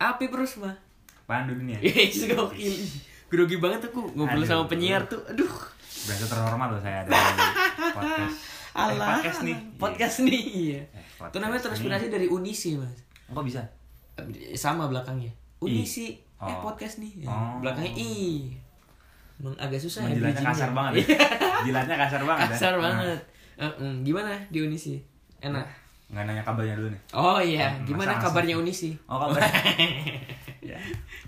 Api Prusma. Pandu dunia. Yes, Iya, gokil. Grogi banget aku ngobrol Aduh. sama penyiar tuh. Aduh. Berasa terhormat loh saya ada di podcast. Alah. Eh, podcast nih. Podcast nih, iya. Eh, podcast Itu namanya transpirasi dari Unisi, Mas. Kok bisa? Eh, Sama belakangnya. Unisi. Eh, Oh. podcast nih. Oh. Belakangnya I. Emang agak susah ya Menjilatnya bridgingnya. kasar banget ya. Jilatnya kasar banget ya. Kasar Nah, banget. Eh, eh, Gimana di Unisi? Enak. Nggak nanya kabarnya dulu nih. Oh iya, Hmm, gimana masa langsung. kabarnya Unisi? Oh kabar. ya.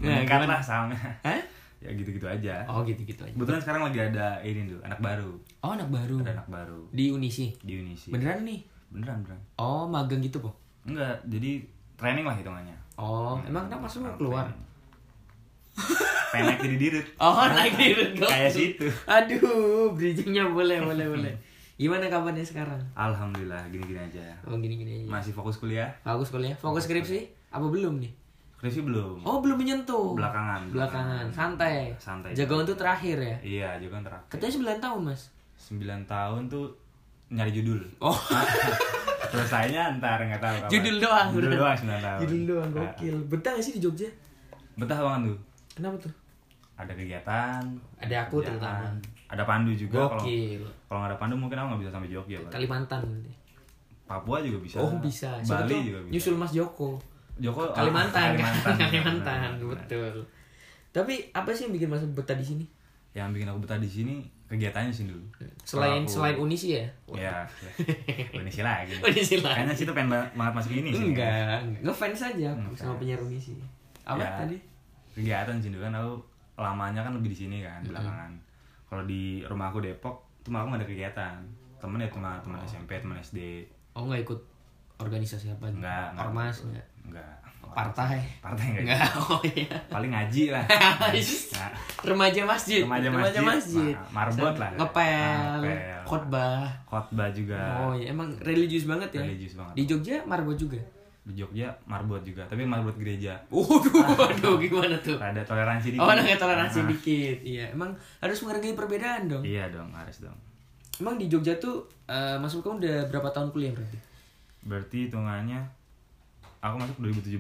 Meningkat Nah, gimana? lah sahamnya. Hah? Ya gitu-gitu aja. Oh gitu-gitu aja. Kebetulan sekarang lagi ada ini dulu, anak baru. Oh anak baru. Ada anak baru Di Unisi. di Unisi. Beneran nih. Beneran, beneran. Oh magang gitu po. Enggak, jadi training lah hitungannya. Oh Hmm, emang kenapa semua orang keluar? training. Pengen naik jadi dirut. Oh naik di Rungkut. Kayak situ. Aduh, bridgingnya boleh boleh boleh. Gimana kabarnya sekarang? Alhamdulillah gini-gini aja. ya. Oh gini-gini aja. Masih fokus kuliah? Fokus kuliah, fokus skripsi? Apa belum nih? Skripsi belum. Oh belum menyentuh. Belakangan, Belakangan. belakangan. Santai. Santai. Jagoan tuh terakhir ya. Iya, juga kan terakhir. Katanya 9 tahun mas. 9 tahun tuh nyari judul. Oh. Selesainya ntar nggak tahu kapan. Judul doang. Judul doang 9 tahun. Judul doang Nah, gokil. Betah gak sih di Jogja? Betah banget tuh. Kenapa tuh? Ada kegiatan. Ada aku kerjaan, terutama. Ada Pandu juga kalau Gokil. kalau nggak ada Pandu mungkin aku nggak bisa sampai Jogja. Pak. Kalimantan. nanti. Papua juga bisa. Oh bisa. Siapa Bali tuh juga bisa. Nyusul Mas Joko. Joko ah, Kalimantan. Kalimantan. Kalimantan. Kalimantan. Benar, benar. Betul. Tapi apa sih yang bikin Mas betah di sini? Yang bikin aku betah di sini kegiatannya sih dulu. Selain Kalau selain aku- Unisi ya? Ya, Unisi lagi. Unisi iya. Oh, lagi. Kayaknya sih tuh pengen ba- banget masuk ini sih. Enggak, ngefans aja aku Enggak. sama penyiar Unisi. Apa Ya, tadi? Kegiatan sih dulu kan aku lamanya kan lebih di sini kan belakangan. Kalau di rumah aku Depok, tuh malah aku gak ada kegiatan. Temen ya cuma teman SMP, teman SD. Oh nggak ikut organisasi apa? Enggak, enggak. Ormas enggak. Enggak. Partai. Partai enggak. Enggak. Oh iya. Paling ngaji lah. Nah, Remaja masjid. Remaja masjid. Ma- marbot lah. Ngepel, Ngepel. khotbah. khotbah juga. Oh iya, emang religius banget ya. Religius banget. Di Jogja marbot juga. Di Jogja marbot juga, tapi marbot gereja. Waduh, waduh gimana tuh? Ada toleransi dikit. Oh, ada nggak toleransi Ah, dikit. Iya, emang harus menghargai perbedaan dong. Iya dong, harus dong. Emang di Jogja tuh eh, masuk kamu udah berapa tahun kuliah berarti? Berarti hitungannya aku masuk 2017,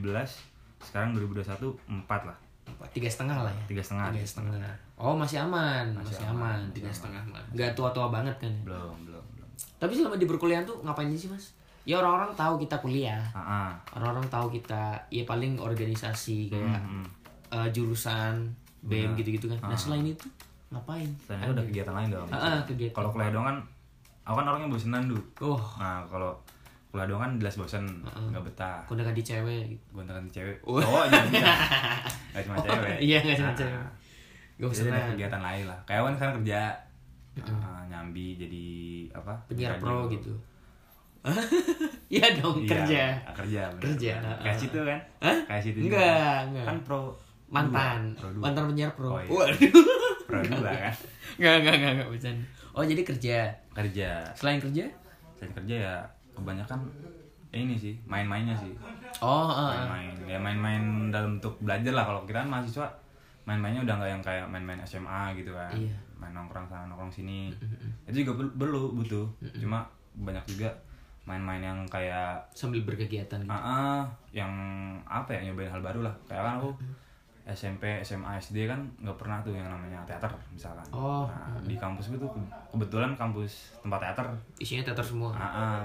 sekarang 2021 4 lah. Empat, Tiga setengah lah ya. Tiga setengah. Tiga setengah. Oh masih aman, masih, aman, tiga setengah lah. Gak tua-tua banget kan? ya? Belum, belum, belum. Tapi selama di perkuliahan tuh ngapain aja sih mas? Ya orang-orang tahu kita kuliah, Ah, ah. orang-orang tahu kita ya paling organisasi kayak Hmm. eh, jurusan BM gitu-gitu kan. Nah selain itu ngapain? Ah. Selain itu ada kegiatan lain dong. Ah, ah, kegiatan. Kalau kuliah doang kan aku kan orangnya bosenan dulu. Oh, Nah, kalau kuliah doang kan jelas bosen, nggak betah. aku udah ganti cewek. Gitu. Gontakan cewek. Cowok juga bisa. Gak cuma cewek. Iya nggak cuma Ah, cewek. ah. Gak Jadi ada usah kegiatan lain lah. Kayak Wan sekarang kerja ah, nyambi jadi apa? penyiar radio. pro gitu. Iya dong Iya, kerja. kerja bener. Kerja, kayak ah. situ kan Hah? kayak situ juga. Enggak, enggak. kan pro Mantan, dua, pro dua. mantan penyiar pro. Oh, iya. Waduh. pro dua kan Enggak, enggak, enggak, enggak bercanda. Oh, jadi kerja. kerja Selain kerja? saya kerja ya kebanyakan ini sih main-mainnya sih Oh, eh, eh. main-main ya main-main dalam bentuk belajar lah kalau kita kan mahasiswa main-mainnya udah nggak yang kayak main-main SMA gitu kan Iya. main nongkrong sana nongkrong sini itu juga perlu- perlu butuh cuma banyak juga main-main yang kayak sambil berkegiatan gitu. Ah, ah, yang apa ya nyobain hal baru lah. Kayak kan aku SMP, SMA, SD kan nggak pernah tuh yang namanya teater misalkan. Oh. Nah, di kampus gue tuh ke- kebetulan kampus tempat teater. Isinya teater semua. Ah, ah.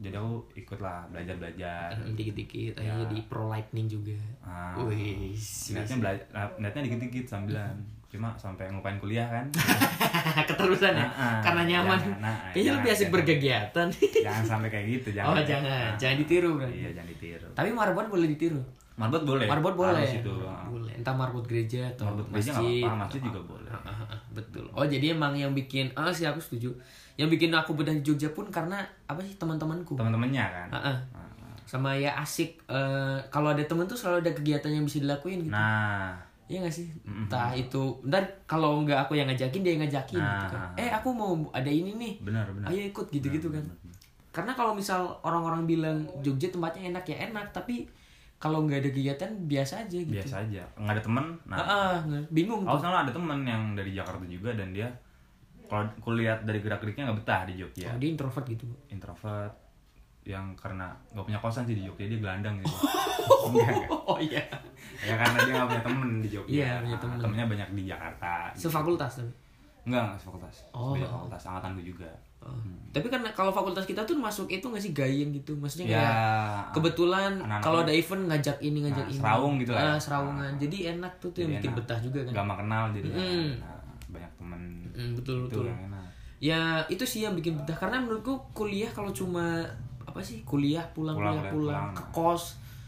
jadi aku ikut lah belajar belajar. Eh, Dikit-dikit akhirnya di pro lightning juga. Ah. Wih, Nah. Niatnya belajar, niatnya dikit-dikit sambilan. Cuma sampai ngupain kuliah kan. keterusan ya. Ah, ah. Karena nyaman. Jangan, nah, Kayaknya jangan, lebih asik jangan. berkegiatan. jangan sampai kayak gitu, jangan. Oh, jangan. Ah. Jangan ditiru, Bro. Iya, jangan ditiru. Tapi marbot boleh ditiru. Marbot boleh. Marbot boleh. Harus itu. ah. Boleh. Entah marbot gereja atau Marbot masjid. gereja nggak apa-apa, masjid juga boleh. Ah, ah, ah, betul. Oh jadi emang yang bikin ah sih aku setuju. Yang bikin aku bedah di Jogja pun karena apa sih teman-temanku. Teman-temannya kan. Ah, ah. Ah, ah. Sama ya asik eh, kalau ada temen tuh selalu ada kegiatan yang bisa dilakuin gitu. Nah, Iya gak sih? Entah itu ntar kalau nggak aku yang ngajakin dia yang ngajakin gitu kan. Nah. Eh aku mau ada ini nih. benar benar. Ayo ikut gitu-gitu kan. Karena kalau misal orang-orang bilang Jogja tempatnya enak ya enak tapi kalau nggak ada kegiatan biasa aja gitu. biasa Oh, aja nggak ada temen nah Ah, ah, nggak- bingung aku tuh. soalnya ada temen yang dari Jakarta juga dan dia kalau kulihat dari gerak geriknya nggak betah di Jogja Oh, dia introvert gitu. introvert yang karena nggak punya kosan sih di Jogja dia gelandang gitu Oh iya. ya karena dia nggak punya temen di Jogja Iya, punya Nah, temen. temennya banyak di Jakarta gitu. Sefakultas tapi. enggak nggak sefakultas Oh. Beda fakultas angkatan gue juga Oh. Hmm. Tapi kan kalau fakultas kita tuh masuk itu nggak sih gayeng gitu, maksudnya Ya, kayak kebetulan anak-anak kalau ada event ngajak ini ngajak Nah, ini. serawung gitu lah ya. Ah, serawungan. Jadi enak tuh tuh yang Jadi bikin enak. betah juga kan. gak kenal jadi kan. Mm. Nah, banyak temen Mm, betul itu betul. yang enak Ya itu sih yang bikin betah karena menurutku kuliah kalau cuma apa sih kuliah pulang Pulang, kuliah pulang, pulang. ke kos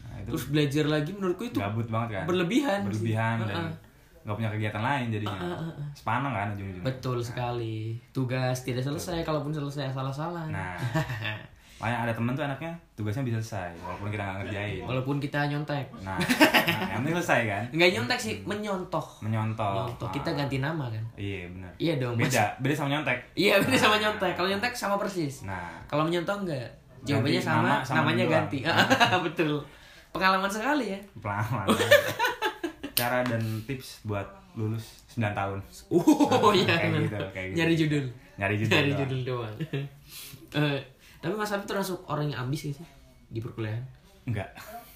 nah, itu terus belajar lagi menurutku itu gabut banget kan berlebihan. sih. berlebihan Ah, dan ah. nggak punya kegiatan lain jadinya sepanang kan ujung-ujungnya Betul sekali. Tugas tidak selesai, kalaupun selesai salah-salah. nah makanya ada temen tuh anaknya tugasnya bisa selesai walaupun kita nggak ngerjain Walaupun kita nyontek. nah, nah yang penting selesai kan Enggak nyontek sih, menyontoh. menyontoh Nyontoh. Ah, Kita ganti nama kan. iya benar Iya dong. Mas. beda beda sama nyontek Iya, beda sama nyontek. Kalau nyontek sama persis. nah Kalau menyontoh enggak. Jawabannya Ganti sama, nama sama Iya. namanya doang. ganti. Betul. Pengalaman sekali ya. pengalaman cara dan tips buat lulus 9 tahun Oh iya. Uh, Kayak benar. gitu, kayak gitu. Nyari judul. nyari judul Nyari doang. judul doang. Eh, tapi Mas Abi termasuk orang yang ambis gak sih di perkuliahan? enggak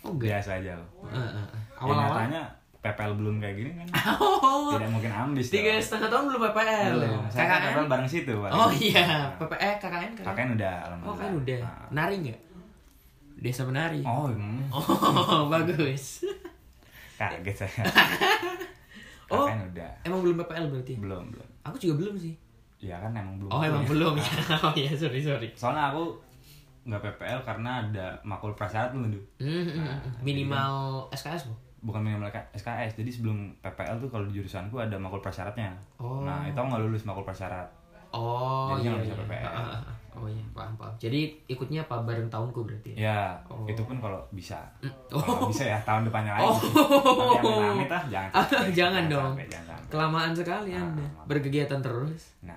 Oh enggak. biasa aja loh Eh, eh, eh. Ya, Awal-awal. nyatanya PPL belum kayak gini kan Oh, tidak mungkin ambis Tiga dong. setengah tahun belum PPL. Belum. Nah. Saya kan PPL KKN. bareng situ Pak. Oh iya, PPL KKN kan. Kakaknya udah Oh alhamdulillah. kan udah. Nah. Nari nggak? Desa menari. Oh, Oh, hmm. bagus. kaget saya. Oh. Kakaknya kan udah. Emang belum PPL berarti? Belum, belum. Aku juga belum sih. Ya kan emang belum. Oh emang belum ya. Oh iya sorry sorry. Soalnya aku nggak PPL karena ada makul prasyarat dulu. Du. Hmm, hmm, hmm. Minimal SKS loh. Bukan minimal K- SKS. Jadi sebelum PPL tuh kalau di jurusanku ada makul prasyaratnya. Oh. Nah, itu aku nggak lulus makul prasyarat. Oh Jadi iya. nggak bisa iya. PPL. Ah, ah, ah. Oh iya paham paham. Jadi ikutnya apa bareng tahunku berarti ya? Ya, Oh. itu pun kalau bisa. Oh. Kalau nggak bisa ya tahun depannya lagi. Oh. Tapi amit-amit lah, jangan. Ah, sampai. jangan dong. sampai, jangan sampai. Kelamaan sekali Ah, anda lama. berkegiatan terus Nah,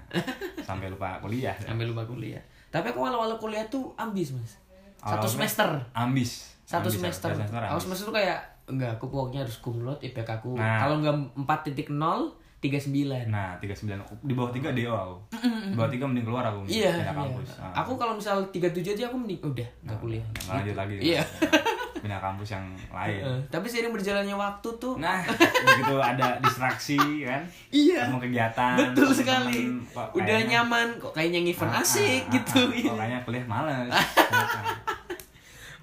sampai lupa kuliah. sampai lupa kuliah. Tapi aku walau walau kuliah tuh ambis mas. Satu Awal-awal semester. Ambis. satu Ambis, ya? semester. satu semester Aku ambis. semester tuh kayak enggak aku pokoknya harus kumlot IPK aku. Nah. Kalau enggak 4.0 39. Nah, 39 di bawah 3 DO aku. Di bawah 3 mending keluar aku. Iya, Hmm, pindah iya. kampus. Ah. Nah, Aku kalau misal 37 aja aku mending udah enggak kuliah. Nggak lanjut lagi. Iya. Pindah kampus yang lain. Eh, Tapi seiring berjalannya waktu tuh Iya. Nah, begitu ada distraksi kan. Iya. Mau kegiatan. betul temen-temen, sekali. kok udah kayaknya- nyaman kok kayaknya ngiven Ah, asik ah, gitu. ah, kok Kayaknya kuliah males.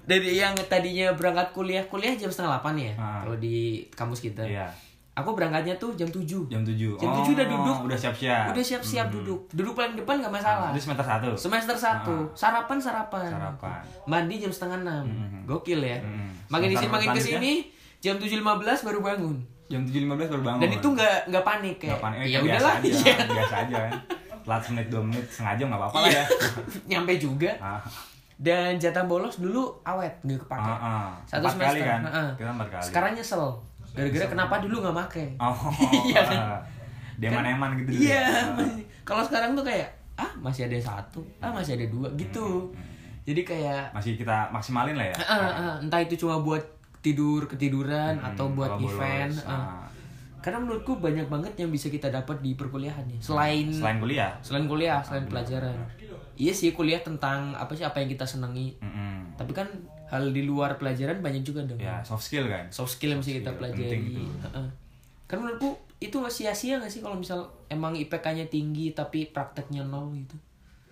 Dari yang tadinya berangkat kuliah, kuliah jam setengah 8 ya Ah. kalau di kampus kita. Iya. Aku berangkatnya tuh jam 7. Jam 7. Jam 7 udah duduk. Udah siap-siap. Hmm. Ah, Udah siap-siap duduk. Duduk paling depan nggak masalah. Udah semester 1. Semester 1, sarapan sarapan. Sarapan. Hmm, Mandi jam setengah enam. Gokil ya. Mhm. Makin di sini Sementara makin ke selanjutnya? sini jam 7.15 baru bangun. Jam 7.15 baru bangun. Dan itu nggak nggak panik kayak. Gak Oh. panik, ya ya, biasa udahlah. aja, Iya. biasa aja kan. Telat menit dua menit sengaja nggak apa-apa lah ya. Nyampe juga. Ah, Dan jatah bolos dulu awet nggak kepake. ah, ah. Satu empat semester. kali kan, Heeh. kita empat kali. Sekarang nyesel. Gara-gara kenapa dulu nggak make? oh, Iya iya kan? Deman-eman gitu. dulu Iya. ya. masih- Kalau sekarang tuh kayak ah masih ada satu, ah masih ada Hmm, dua gitu. Jadi kayak Ah. Masih kita maksimalin lah ya. Ah, ah, ah. entah itu cuma buat tidur ketiduran atau buat Hmm, kalau bolos, event ah. ah. karena menurutku banyak banget yang bisa kita dapat di perkuliahan ya selain Selain Ah, kuliah. selain kuliah selain pelajaran iya sih kuliah tentang apa sih apa yang kita senangi Mm-mm. tapi kan hal di luar pelajaran banyak juga dong Ya, soft skill kan. soft skill yang mesti kita skill, pelajari penting itu. Ah, ah. karena menurutku itu nggak sia-sia nggak sih kalau misal emang IPK-nya tinggi tapi prakteknya nol gitu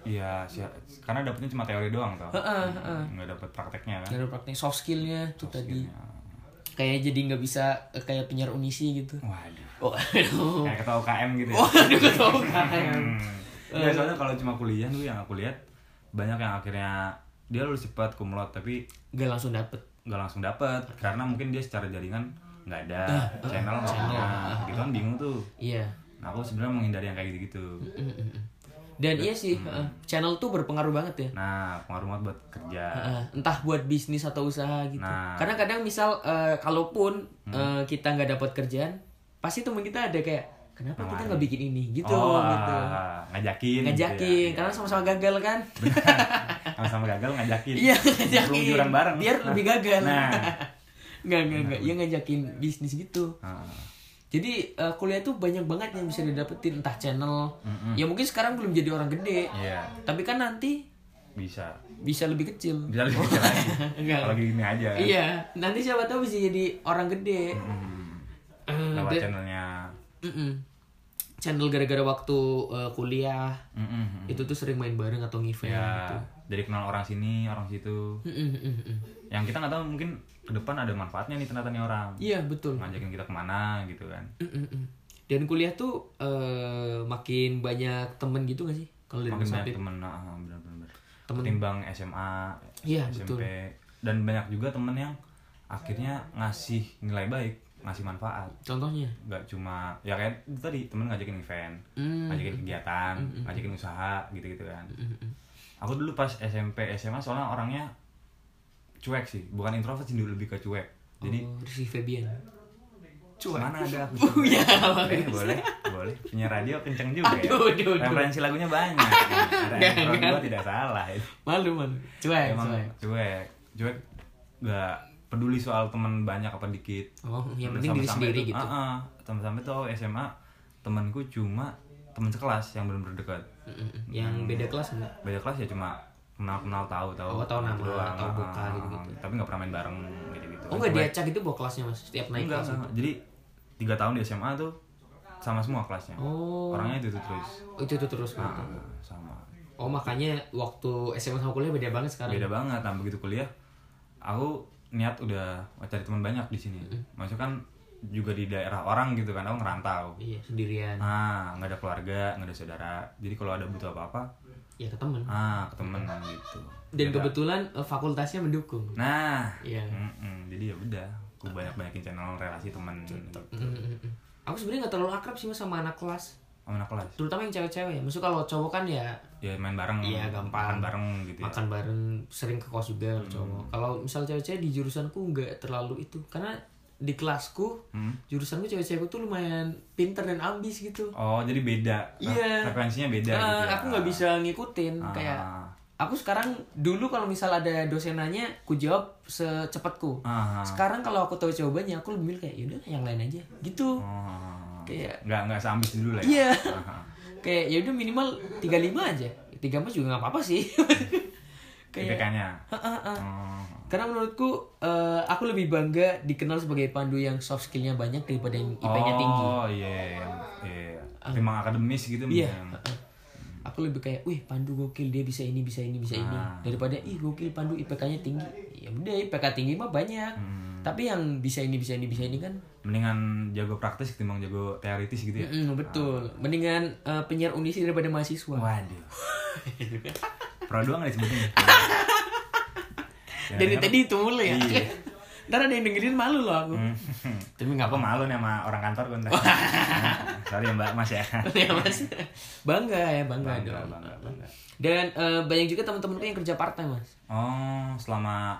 Iya, sia- karena dapetnya cuma teori doang toh. Heeh, Nggak dapet prakteknya kan. dari praktek soft skillnya tuh tadi Skillnya. kayak jadi nggak bisa eh, kayak penyiar unisi gitu Waduh. Oh, aduh. Kayak kata UKM gitu ya. Waduh, ketua UKM. Hmm. Eh. Ya, soalnya kalau cuma kuliah tuh yang aku lihat banyak yang akhirnya dia lulus cepat kumlot tapi Gak langsung dapet. nggak langsung dapat karena mungkin dia secara jaringan nggak ada Nah, eh, channel nggak ada gitu kan bingung tuh Iya. nah, aku sebenarnya menghindari yang kayak gitu gitu Dan iya sih, eh, channel tuh berpengaruh banget ya. nah pengaruh banget buat kerja Eh, entah buat bisnis atau usaha gitu. Nah. Hmm. Karena kadang misal eh, kalaupun eh, kita nggak dapat kerjaan, pasti temen kita ada kayak kenapa kita nggak bikin ini gitu oh gitu. ah, ngajakin gitu Ngajakin ya. karena sama-sama gagal kan. sama-sama gagal ngajakin Iya, ngajakin. Burung jurang bareng Biar lebih gagal. Nah. Nggak, nggak, nggak. Ya ngajakin bisnis gitu. Ah. Jadi eh, kuliah tuh banyak banget yang bisa didapetin entah channel. Ya mungkin sekarang belum jadi orang gede. Iya. Tapi kan nanti bisa bisa lebih kecil. bisa lebih kecil lagi Oh, Enggak. kalau gini aja kan? Iya, nanti siapa tahu bisa jadi orang gede. Mm-mm. Eh, Hmm. lewat dan- channelnya Mm-mm. Channel gara-gara waktu eh, kuliah Mm-mm. itu tuh sering main bareng atau ngevent gitu. Hmm. ya dari kenal orang sini orang situ Mm-mm, mm-mm, mm. yang kita nggak tahu mungkin ke depan ada manfaatnya nih ternyata nih orang Iya betul. ngajakin kita kemana gitu kan Mm-mm, mm. Dan kuliah tuh eh, makin banyak temen gitu gak sih? Kalau dari makin Mas banyak Apip. temen ah, benar-benar Temen. ketimbang SMA Iya, SMP betul. dan banyak juga temen yang akhirnya ngasih nilai baik ngasih manfaat Contohnya? nggak cuma ya kayak itu tadi temen ngajakin event Mm. ngajakin kegiatan hmm, ngajakin usaha gitu gitu kan aku dulu pas SMP SMA soalnya orangnya cuek sih bukan introvert sih dulu lebih ke cuek jadi Oh, Rizky Febian. Mana ada aku? Punya, Boleh, boleh, boleh. Punya radio kenceng juga ya. Aduh, aduh, aduh. Referensi lagunya banyak. Enggak, Referensi enggak. gua tidak salah. Malu malu. Cuek, Emang cuek. cuek, cuek gak peduli soal teman banyak apa dikit. Oh, yang penting diri Sampai-sampai sendiri itu- gitu. Ah, ah. sampai-sampai tuh aku SMA temanku cuma teman sekelas yang belum berdekat. Mm-mm. Yang Hmm. beda kelas enggak? Beda kelas ya cuma kenal-kenal tahu Oh, tahu. tahu nama, doang, tahu ah, muka, ah, gitu-gitu. ya. Tapi nggak pernah main bareng gitu-gitu. Oh enggak Cuek diacak itu bawa kelasnya mas, setiap naik enggak, kelas. gitu? enggak. jadi tiga tahun di SMA tuh sama semua kelasnya Oh. orangnya itu, itu terus Oh, itu tuh terus gitu. Ah, sama Oh makanya waktu SMA sama kuliah beda banget sekarang. beda banget nah begitu kuliah aku niat udah cari teman banyak di sini maksudnya kan juga di daerah orang gitu kan aku ngerantau Iya sendirian. nah nggak ada keluarga nggak ada saudara jadi kalau ada butuh apa apa Ya ke temen. ah ke temen gitu Dan Beda. kebetulan eh, fakultasnya mendukung. nah Iya. mm-mm. jadi ya udah aku banyak banyakin channel relasi temen gitu. Mm-mm-mm. Aku sebenarnya nggak terlalu akrab sih mas sama anak kelas. sama anak kelas Terutama yang cewek-cewek. Maksudnya kalau cowok kan ya ya main bareng Iya, gampang. makan bareng gitu ya. makan bareng, sering ke kos juga kalau cowok. Kalau misal cewek-cewek di jurusanku nggak terlalu itu, karena di kelasku Hmm. jurusanku cewek-cewekku tuh lumayan pinter dan ambis gitu. Oh, jadi beda. Iya. Frekuensinya beda Eh, gitu. ya. aku nggak bisa ngikutin Ah. kayak aku sekarang dulu kalau misal ada dosen nanya ku jawab secepatku Ah. sekarang kalau aku tahu jawabannya aku lebih milih kayak yaudah yang lain aja gitu Oh. Kayak- nggak nggak seambis dulu lah. ya. iya Ah. kayak yaudah minimal 35 aja 35 juga nggak apa-apa sih kayak IPK-nya. "Ah, ah, ah." Oh. karena menurutku eh, aku lebih bangga dikenal sebagai pandu yang soft skillnya banyak daripada yang IP-nya tinggi Oh, iya. Iya. Tapi emang akademis gitu Ah. Iya. mungkin. heeh. Aku lebih kayak, wih Pandu gokil dia bisa ini bisa ini bisa ini Ah. daripada ih gokil Pandu IPK-nya tinggi. Ya udah IPK tinggi mah banyak. Tapi yang bisa ini bisa ini bisa ini kan, Mendingan jago praktis ketimbang jago teoritis gitu ya. mm, betul. Mendingan eh, penyiar unisi daripada mahasiswa. Waduh. Pro doang nggak disebutin. Ya, Dari denger. tadi itu mulai ya. Iya. Ntar ada yang dengerin malu loh aku. Hmm. Tapi nggak Aku apa-apa. malu nih sama orang kantor gue ntar. Sorry ya Mbak Mas ya. Ya, Mas. bangga ya bangga, Bangga, dong. bangga, bangga. Dan eh, banyak juga teman-temanku yang kerja part time mas, Oh, selama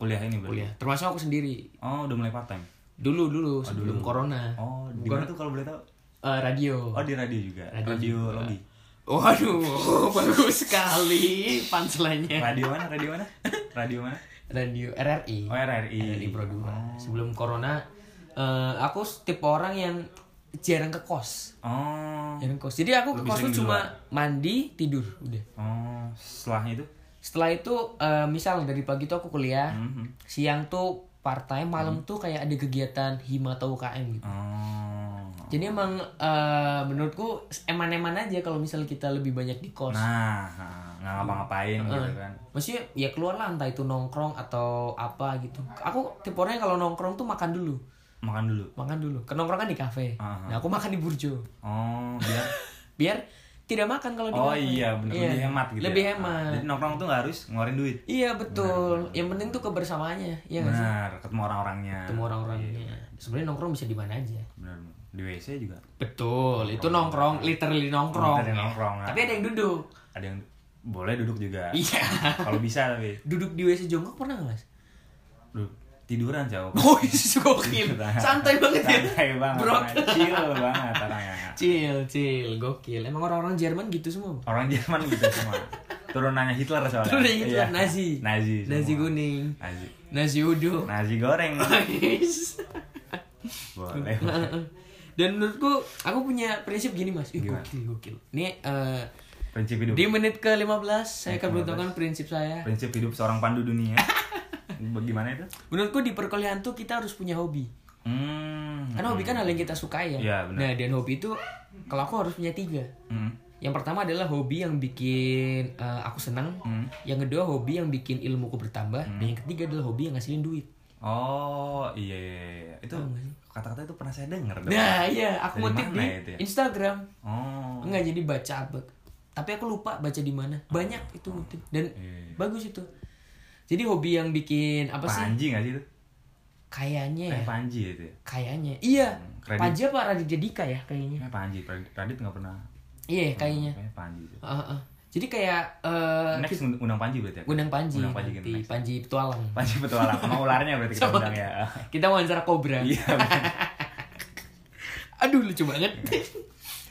kuliah ini berarti. kuliah. Termasuk aku sendiri. Oh, udah mulai part time. Dulu dulu sebelum corona Oh, di mana tuh kalau boleh tahu? Eh, radio. Oh, di radio juga. Radio Radio, lobby. Waduh, bagus sekali punchline-nya. Radio mana? Radio mana? Radio mana? Radio RRI. Oh, RRI. RRI Pro 2. iya. Oh. Sebelum corona, eh, aku tipe orang yang jarang ke kos. Oh. Jarang ke kos. Jadi aku ke Lebih kos tuh sering di cuma mandi, tidur, udah. Oh, setelahnya itu? Setelah itu eh, misal dari pagi tuh aku kuliah, Mhm. siang tuh part time, malam tuh kayak ada kegiatan hima atau UKM gitu. Oh. Jadi emang eh, menurutku eman-eman aja kalau misal kita lebih banyak di kos. Nah, nggak ngapa-ngapain gitu kan. Maksudnya ya keluar lah entah itu nongkrong atau apa gitu. Aku tipe orang yang kalau nongkrong tuh makan dulu. Makan dulu. Makan dulu. Ke nongkrong kan di kafe. Aha. Nah, aku makan di burjo. Oh, biar Biar tidak makan kalau di Oh kafe. iya, bener lebih hemat gitu. Lebih ya. hemat. Ah, Jadi nongkrong tuh nggak harus ngeluarin duit. Iya, betul. Yang penting tuh kebersamaannya, iya nggak sih? Benar, Iya. ketemu orang-orangnya. Ketemu orang-orangnya. Sebenarnya nongkrong bisa di mana aja. Benar. Di WC juga. Betul, itu nongkrong, literally nongkrong. Oh. Literally nongkrong, ah. Tapi ada yang duduk. Ada yang boleh duduk juga. Iya. kalau bisa tapi. duduk di WC jongkok pernah nggak, Mas? Duh, tiduran jauh. Oh, itu gokil. Santai banget ya. Santai banget. Brok. Chill banget orangnya. Cil, cil, gokil. Emang orang-orang Jerman gitu semua. Orang Jerman gitu semua. Turunannya Hitler soalnya. Turunannya Hitler, Iya. Nazi. Nazi. semua. Nasi kuning, Nazi. nasi uduk. Nazi goreng. Nice. Boleh. Heeh. Dan menurutku aku punya prinsip gini mas. Ih, Gimana? gokil gokil. Ini eh, prinsip hidup di menit ke 15 saya akan 15. beritahukan prinsip saya. prinsip hidup seorang pandu dunia bagaimana itu Menurutku di perkuliahan tuh kita harus punya hobi. hmm Karena hobi kan hal yang kita sukai ya. Iya, benar. Nah dan hobi itu kalau aku harus punya tiga. hmm. Yang pertama adalah hobi yang bikin eh, aku senang. Hmm. Yang kedua hobi yang bikin ilmuku bertambah. Mm. Dan yang ketiga adalah hobi yang ngasilin duit. oh iya, iya, iya. itu Tahu nggak sih? kata-kata itu pernah saya dengar dong. Nah iya aku Dari ngutip mana di itu ya? Instagram. oh Enggak jadi baca abek. Tapi aku lupa baca di mana. Banyak itu ngutip dan Oh. Iya. bagus itu. Jadi hobi yang bikin apa sih? panji nggak sih itu Kayaknya ya. eh panji ya itu ya? Kayaknya. Iya. Hmm, kredit. Panji apa Raditya Dika ya kayaknya. Eh, panji Pradit Pradit nggak pernah Iya kayaknya. Kayaknya panji sih. Ah, ah. Jadi kayak eh next ngund- undang panji berarti ya Gundang Panji. undang panji gitu nanti. next. Panji Petualang. panji petualang sama ularnya berarti kita Sama. undang ya Kita wawancara kobra. iya bener. Aduh lucu banget.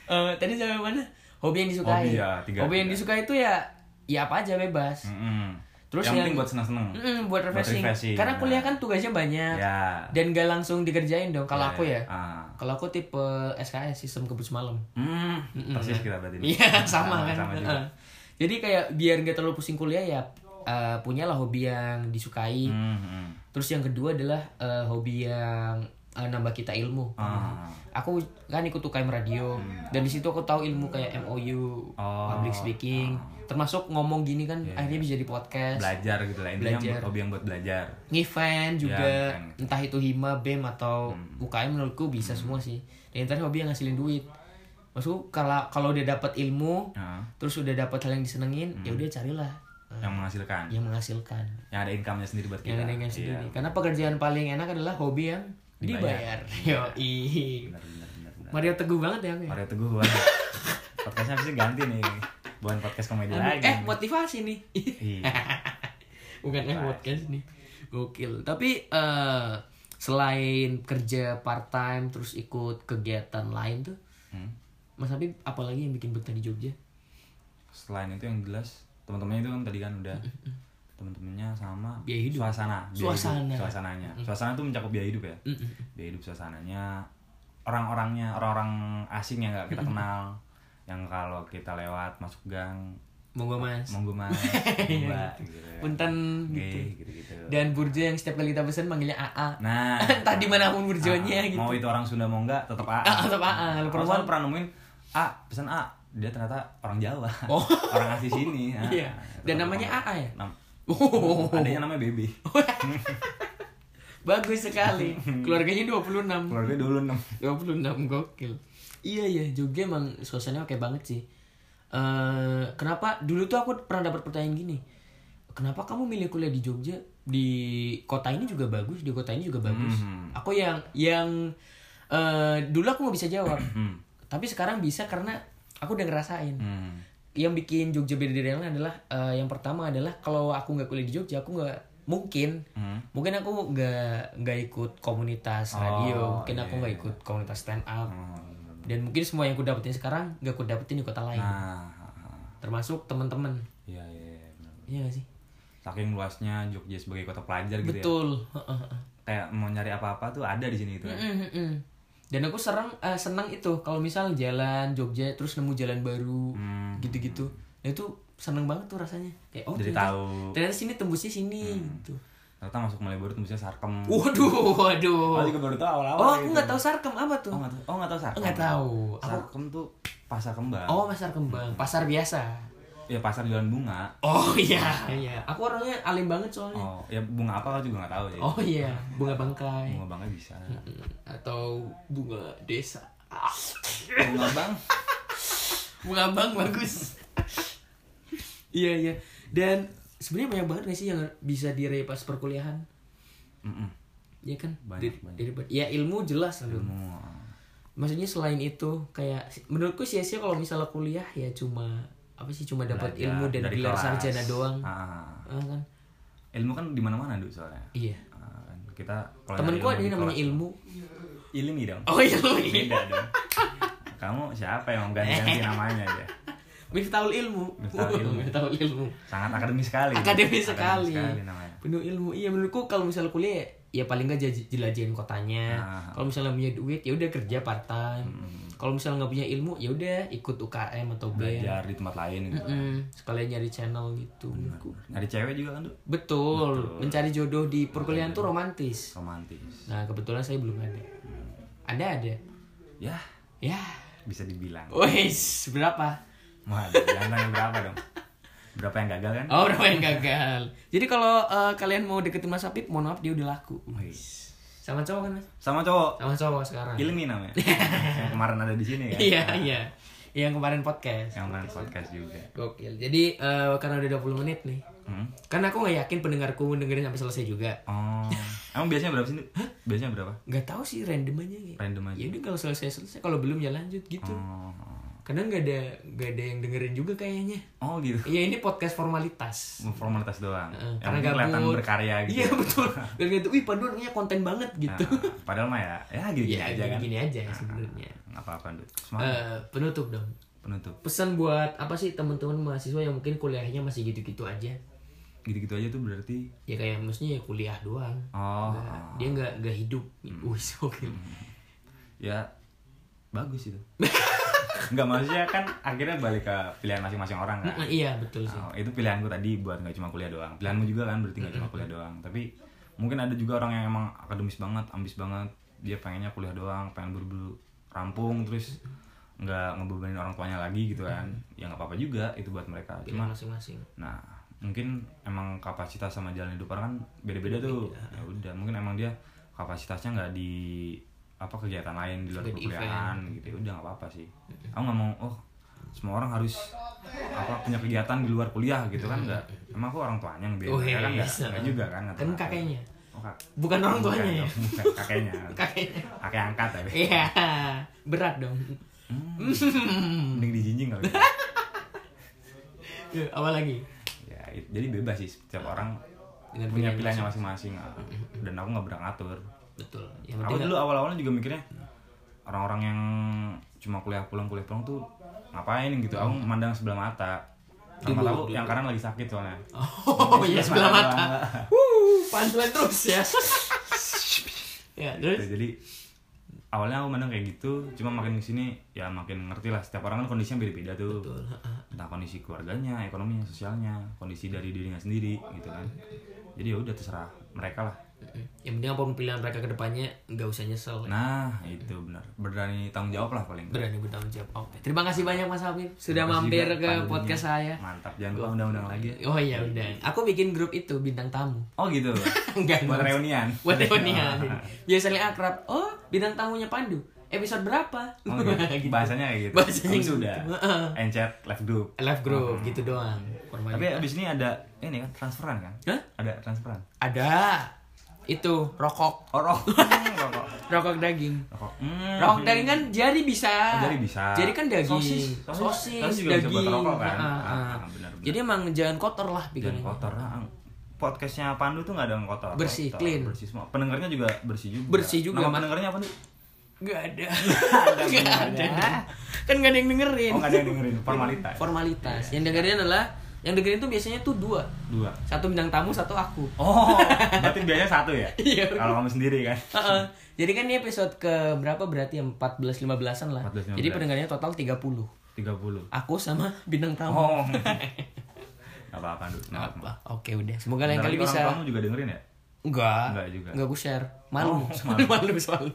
Eh, tadi sampai mana? Hobi yang disukai. Hobi ya, tiga, Hobi yang tiga. disukai itu ya ya apa aja bebas. Mm-mm. Terus yang yang- penting Hmm. buat seneng-seneng Mm, buat refreshing. refreshing, Karena nah. kuliah kan tugasnya banyak. ya Dan gak langsung dikerjain dong kalau aku ya. Ah. Kalau aku tipe SKS sistem kebut semalam. Hmm, Mm-mm. persis kita berarti. Iya, sama kan. Sama juga. Heeh. Jadi kayak biar nggak terlalu pusing kuliah ya eh, punyalah hobi yang disukai. Hmm, hmm. Terus yang kedua adalah eh, hobi yang eh, nambah kita ilmu. Ah. Hmm. Aku kan ikut UKM radio dan di situ aku tahu ilmu kayak MOU, Oh. Ah. public speaking, termasuk ngomong gini kan akhirnya bisa di podcast. Belajar gitu lah. Intinya Belajar. hobi yang buat belajar. Event juga Ya, Hmm. event. entah itu hima bem atau UKM menurutku bisa semua sih dan yang terakhir hobi yang ngasilin duit maksudku kalau kalau udah dapat ilmu Ah, Hmm. terus udah dapat hal yang disenengin ya udah carilah eh, Yang menghasilkan. yang menghasilkan Yang ada income-nya sendiri buat kita. yang dengan Iya, sendiri karena pekerjaan paling enak adalah hobi yang dibayar, Dibayar. yoi Benar, benar, benar, benar. Mario teguh banget ya aku ya Mario Teguh gua. Podcastnya habis ini ganti nih. Bukan podcast komedi Aduh, lagi. eh motivasi nih Iya. bukan eh podcast nih gokil tapi eh, selain kerja part time terus ikut kegiatan lain tuh Hmm. Mas Habib apalagi yang bikin betah di Jogja Selain itu yang jelas teman-temannya itu kan tadi kan udah teman-temannya sama Biaya hidup. suasana biaya Suasana. hidup, suasananya suasana itu mencakup biaya hidup ya biaya hidup suasananya orang-orangnya orang-orang asing yang nggak kita kenal yang kalau kita lewat masuk gang monggo Mas monggo mas mbak gitu ya. Iya. Punten gitu Oke, gitu-gitu. dan Burjo yang setiap kali kita pesan manggilnya AA nah entah di mana pun Burjonya ah, gitu mau itu orang Sunda mau nggak tetap A Ah, tetap AA. Lu perempuan. perempuan pernah nemuin A pesan A dia ternyata orang Jawa Oh. orang asli sini ah. Iya. Dan Tetap namanya orang- AA ya? Nam- Oh. adanya namanya Baby Bagus sekali. Keluarganya 26. keluarga dulu enam 26 gokil. Iya ya, Jogja emang suasananya oke banget sih. eh kenapa dulu tuh aku pernah dapat pertanyaan gini. Kenapa kamu milih kuliah di Jogja? Di kota ini juga bagus, di kota ini juga bagus. Hmm. Aku yang yang eh dulu aku nggak bisa jawab. Tapi sekarang bisa karena aku udah ngerasain. hmm. yang bikin Jogja beda dari yang lain adalah eh, yang pertama adalah kalau aku nggak kuliah di Jogja aku nggak mungkin Hmm. mungkin aku nggak nggak ikut komunitas radio mungkin aku Oh, iya. nggak ikut komunitas stand up Hmm. dan mungkin semua yang aku dapetin sekarang nggak aku dapetin di kota lain Nah, ah, ah. termasuk teman-teman iya iya iya, benar. iya nggak sih Saking luasnya Jogja sebagai kota pelajar gitu ya. betul Heeh, heeh. Kayak mau nyari apa-apa tuh ada di sini gitu kan. Mm, mm, mm. dan aku serang eh, senang itu kalau misal jalan Jogja terus nemu jalan baru Hmm. gitu-gitu nah itu seneng banget tuh rasanya kayak oh Jadi ternyata, tahu. Hmm. ternyata sini tembusnya sini gitu Ternyata masuk mulai baru tembusnya sarkem. Waduh, waduh. Aku juga baru tahu awal-awal. Uh. Oh, aku gitu. nggak tahu sarkem apa tuh? Oh, nggak tahu. Oh, nggak tahu sarkem. Nggak tahu. Aku Sarkem tuh pasar kembang. Oh, pasar kembang, pasar biasa. Ya pasar jualan bunga. Oh iya, iya. Aku orangnya alim banget soalnya. Oh, ya bunga apa aku juga nggak tahu ya. Hmm. Oh, iya, bunga bangkai Bunga bangga bisa. Mm, atau bunga desa. Ah, bunga bang. Bunga bang bagus. iya, iya. Dan sebenarnya banyak banget nggak sih yang bisa diraih pas perkuliahan? Mm-mm. Iya kan? Banyak, Dari- banyak. dari- ya ilmu jelas lah. Ilmu. maksudnya selain itu kayak menurutku sia-sia kalau misalnya kuliah ya cuma apa sih cuma dapat belajar ilmu dan dari gelar kelas. sarjana doang Ah. Ah, kan Ilmu kan di mana-mana dulu soalnya. iya Ah, kan. kita kalau nyari temanku ada ilmu di yang namanya kelas- iya, ilmu Ilmi dong. oh ilmu Beda dong. Kamu siapa yang mau ganti-ganti namanya aja? miftahul ilmu Miftahul ilmu. miftahul ilmu Sangat akademis sekali. akademis sekali sekali namanya. penuh ilmu iya menurutku kalau misalnya kuliah ya paling nggak jaj- jelajahin kotanya Ah. Hmm. kalau misalnya punya duit ya udah kerja part time kalau misalnya nggak punya ilmu ya udah ikut UKM atau band belajar di tempat lain gitu Mm, sekalian nyari channel gitu nyari cewek juga kan tuh betul. mencari jodoh di perkuliahan tuh romantis romantis nah kebetulan saya belum ada Hmm. ada ada ya ya bisa dibilang wes berapa waduh jangan nanya berapa dong berapa yang gagal kan oh berapa yang gagal jadi kalau eh, kalian mau deketin Mas Apip mohon maaf dia udah laku Wih. sama cowok kan mas sama cowok Oh, iya. sama cowok sekarang Giling nih namanya yang kemarin ada di sini kan iya iya yang kemarin podcast yang kemarin podcast juga gokil jadi eh, karena udah 20 menit nih Hmm? kan aku nggak yakin pendengarku dengerin sampai selesai juga oh emang biasanya berapa sih Ndu? biasanya berapa nggak tahu sih random aja kayak random aja ya udah kalau selesai selesai kalau belum ya lanjut gitu oh, karena nggak ada nggak ada yang dengerin juga kayaknya oh gitu ya ini podcast formalitas formalitas doang Eh, yang penting kelihatan berkarya gitu iya betul dan gitu wih panduan kayaknya konten banget gitu Nah, padahal mah ya ya gini, -gini ya aja kan gini aja sebenarnya Nggak apa-apa Ndu. semangat Eh, penutup dong penutup pesan buat apa sih teman-teman mahasiswa yang mungkin kuliahnya masih gitu-gitu aja gitu-gitu aja tuh berarti ya kayak maksudnya ya kuliah doang oh Nggak- dia nggak nggak hidup Hmm. wih so gila. ya bagus itu nggak maksudnya kan akhirnya balik ke pilihan masing-masing orang kan Nah, iya betul sih Oh, itu pilihanku tadi buat nggak cuma kuliah doang pilihanmu juga kan berarti nggak cuma kuliah doang tapi mungkin ada juga orang yang emang akademis banget ambis banget dia pengennya kuliah doang pengen berburu rampung terus nggak ngebebanin orang tuanya lagi gitu kan ya nggak apa-apa juga itu buat mereka pilihan cuma Iya, masing-masing nah mungkin emang kapasitas sama jalan hidup orang kan beda-beda tuh ya udah mungkin emang dia kapasitasnya nggak di apa kegiatan lain di luar Nggak di perkuliahan gitu ya udah nggak apa-apa sih aku nggak mau oh semua orang harus apa punya kegiatan di luar kuliah gitu kan nggak emang aku orang tuanya yang Oh, beda kan nggak bisa. nggak juga kan nggak kan tahu. kakeknya oh, kak bukan orang bukan, tuanya ya bukan, kakeknya kakeknya kakek angkat tapi iya berat dong mending dijinjing kali Eh, apa lagi ya it- jadi bebas sih setiap orang Dengan punya pilihan pilihannya masing-masing ah. dan aku nggak berang atur betul yang aku penting dulu awal-awalnya juga mikirnya orang-orang yang cuma kuliah pulang kuliah pulang tuh ngapain gitu aku mandang sebelah mata Dulu, sama tahu dulu. yang kanan lagi sakit soalnya oh ya sebelah mata Wuh, pantulan terus ya ya Gitu, terus jadi awalnya aku mandang kayak gitu cuma makin kesini ya makin ngerti lah setiap orang kan kondisinya beda-beda tuh betul entah kondisi keluarganya, ekonominya, sosialnya, kondisi dari dirinya sendiri gitu kan. Jadi ya udah terserah mereka lah. yang penting apapun pilihan mereka kedepannya nggak usah nyesel Nah itu benar berani tanggung jawab lah paling. berani bertanggung jawab. Oke, terima kasih banyak Mas Habib sudah Terima kasih mampir juga ke panduannya. podcast saya. Mantap jangan lupa undang-undang lagi. ya. Oh iya udah, aku bikin grup itu bintang tamu. Oh gitu. Enggak Buat Mas. reunian. Buat reunian. Biasanya akrab. Oh bintang tamunya Pandu. Episode berapa? Oh, gitu. Gitu. Bahasanya kayak gitu. Bahasanya Kamu gitu. sudah. Heeh. Encet left group. Live group gitu doang. Oh. Tapi eh, abis ini ada ini kan transferan kan? Hah? Ada transferan. ada itu rokok, Oh rokok. rokok. rokok daging. Rokok. Hmm. Rokok daging kan jari bisa. Oh, jari bisa. Jari kan daging. Sosis. Sosis- Sosis, sosis juga bisa daging. buat rokok, kan? Ah, ah. Ah, ah, benar, benar. Jadi emang jangan kotor lah dan pikirannya. kotor ah, Ang. podcastnya Pandu tuh nggak ada yang kotor Bersih, Kotor, clean. bersih semua pendengarnya juga bersih juga Bersih juga, nama Mas. pendengarnya apa tuh Gak ada. ada Gak ada. Kan gak ada yang dengerin. oh nggak ada yang Iya, dengerin formalitas Formalitas. Yang dengerin adalah yang dengerin tuh biasanya tuh dua. dua Satu bintang tamu, satu aku. oh berarti biasanya satu ya Iya. kalau kamu sendiri kan Heeh. Jadi kan ini episode ke berapa berarti yang 14 15-an lah. 14-15. Jadi pendengarnya total 30. 30 puluh Aku sama bintang tamu. oh nggak apa-apa Pandu nggak Apa? apa-apa Oke udah. Semoga lain Bentar kali lagi orang bisa. kamu juga dengerin ya Enggak. Enggak juga. Enggak aku share. Malu. Oh, malu. malu soalnya.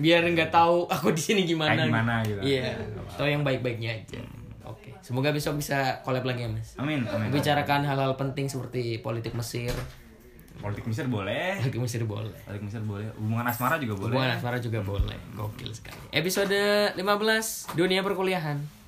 Biar nggak tahu aku di sini gimana. Kayak gimana gitu. Iya. Tahu yang baik-baiknya aja. Hmm. Oke. Semoga besok bisa collab lagi ya, Mas. amin amin Bicarakan hal-hal penting seperti politik Mesir. politik Mesir boleh Politik Mesir boleh. politik Mesir boleh hubungan asmara juga boleh Hubungan asmara juga boleh. Gokil sekali. Episode 15 Dunia Perkuliahan.